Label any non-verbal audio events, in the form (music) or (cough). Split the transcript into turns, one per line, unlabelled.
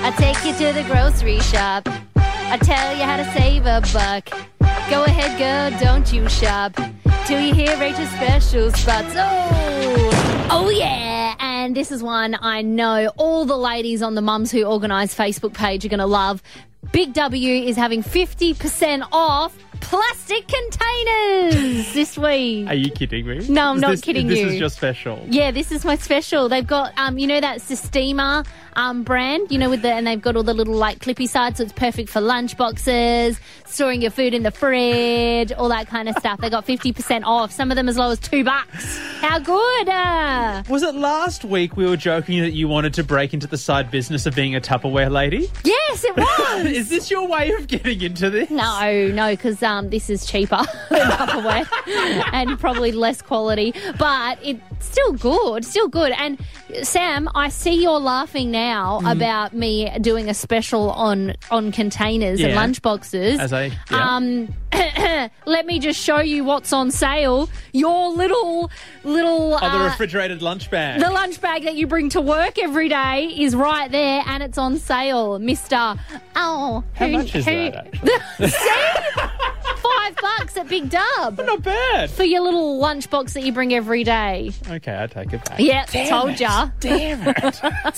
I take you to the grocery shop. I tell you how to save a buck. Go ahead, girl, don't you shop till you hear Rachel's special spots. Oh, oh yeah! And this is one I know all the ladies on the Mums Who Organise Facebook page are going to love. Big W is having 50% off plastic containers this week.
Are you kidding me?
No, I'm
Is
not
this-
kidding
this
you.
This is your special.
Yeah, this is my special. They've got, um, you know, that Sistema um, brand, you know, with the, and they've got all the little like clippy sides, so it's perfect for lunch boxes, storing your food in the fridge, all that kind of stuff. They got 50% off, some of them as low as two bucks. How good! Uh?
Was it last week we were joking that you wanted to break into the side business of being a Tupperware lady?
Yes, it was!
Is this your way of getting into this?
No, no, because um, this is cheaper (laughs) than Tupperware (laughs) and probably less quality, but it's still good, still good. And Sam, I see you're laughing now
Mm.
about me doing a special on on containers and
Yeah.
lunch boxes.
As I yeah.
Um, (clears throat) let me just show you what's on sale. Your little little
oh, the
uh,
refrigerated lunch bag.
the lunch bag that you bring to work every day is right there, and it's on sale, Mister. Oh,
How
who-
much is
who-
that?
(laughs)
Actually?
Five bucks at Big Dub
Not bad.
for your little lunchbox that you bring every day.
Okay, I take it
(laughs)
back.
Yeah, told ya.
Damn it.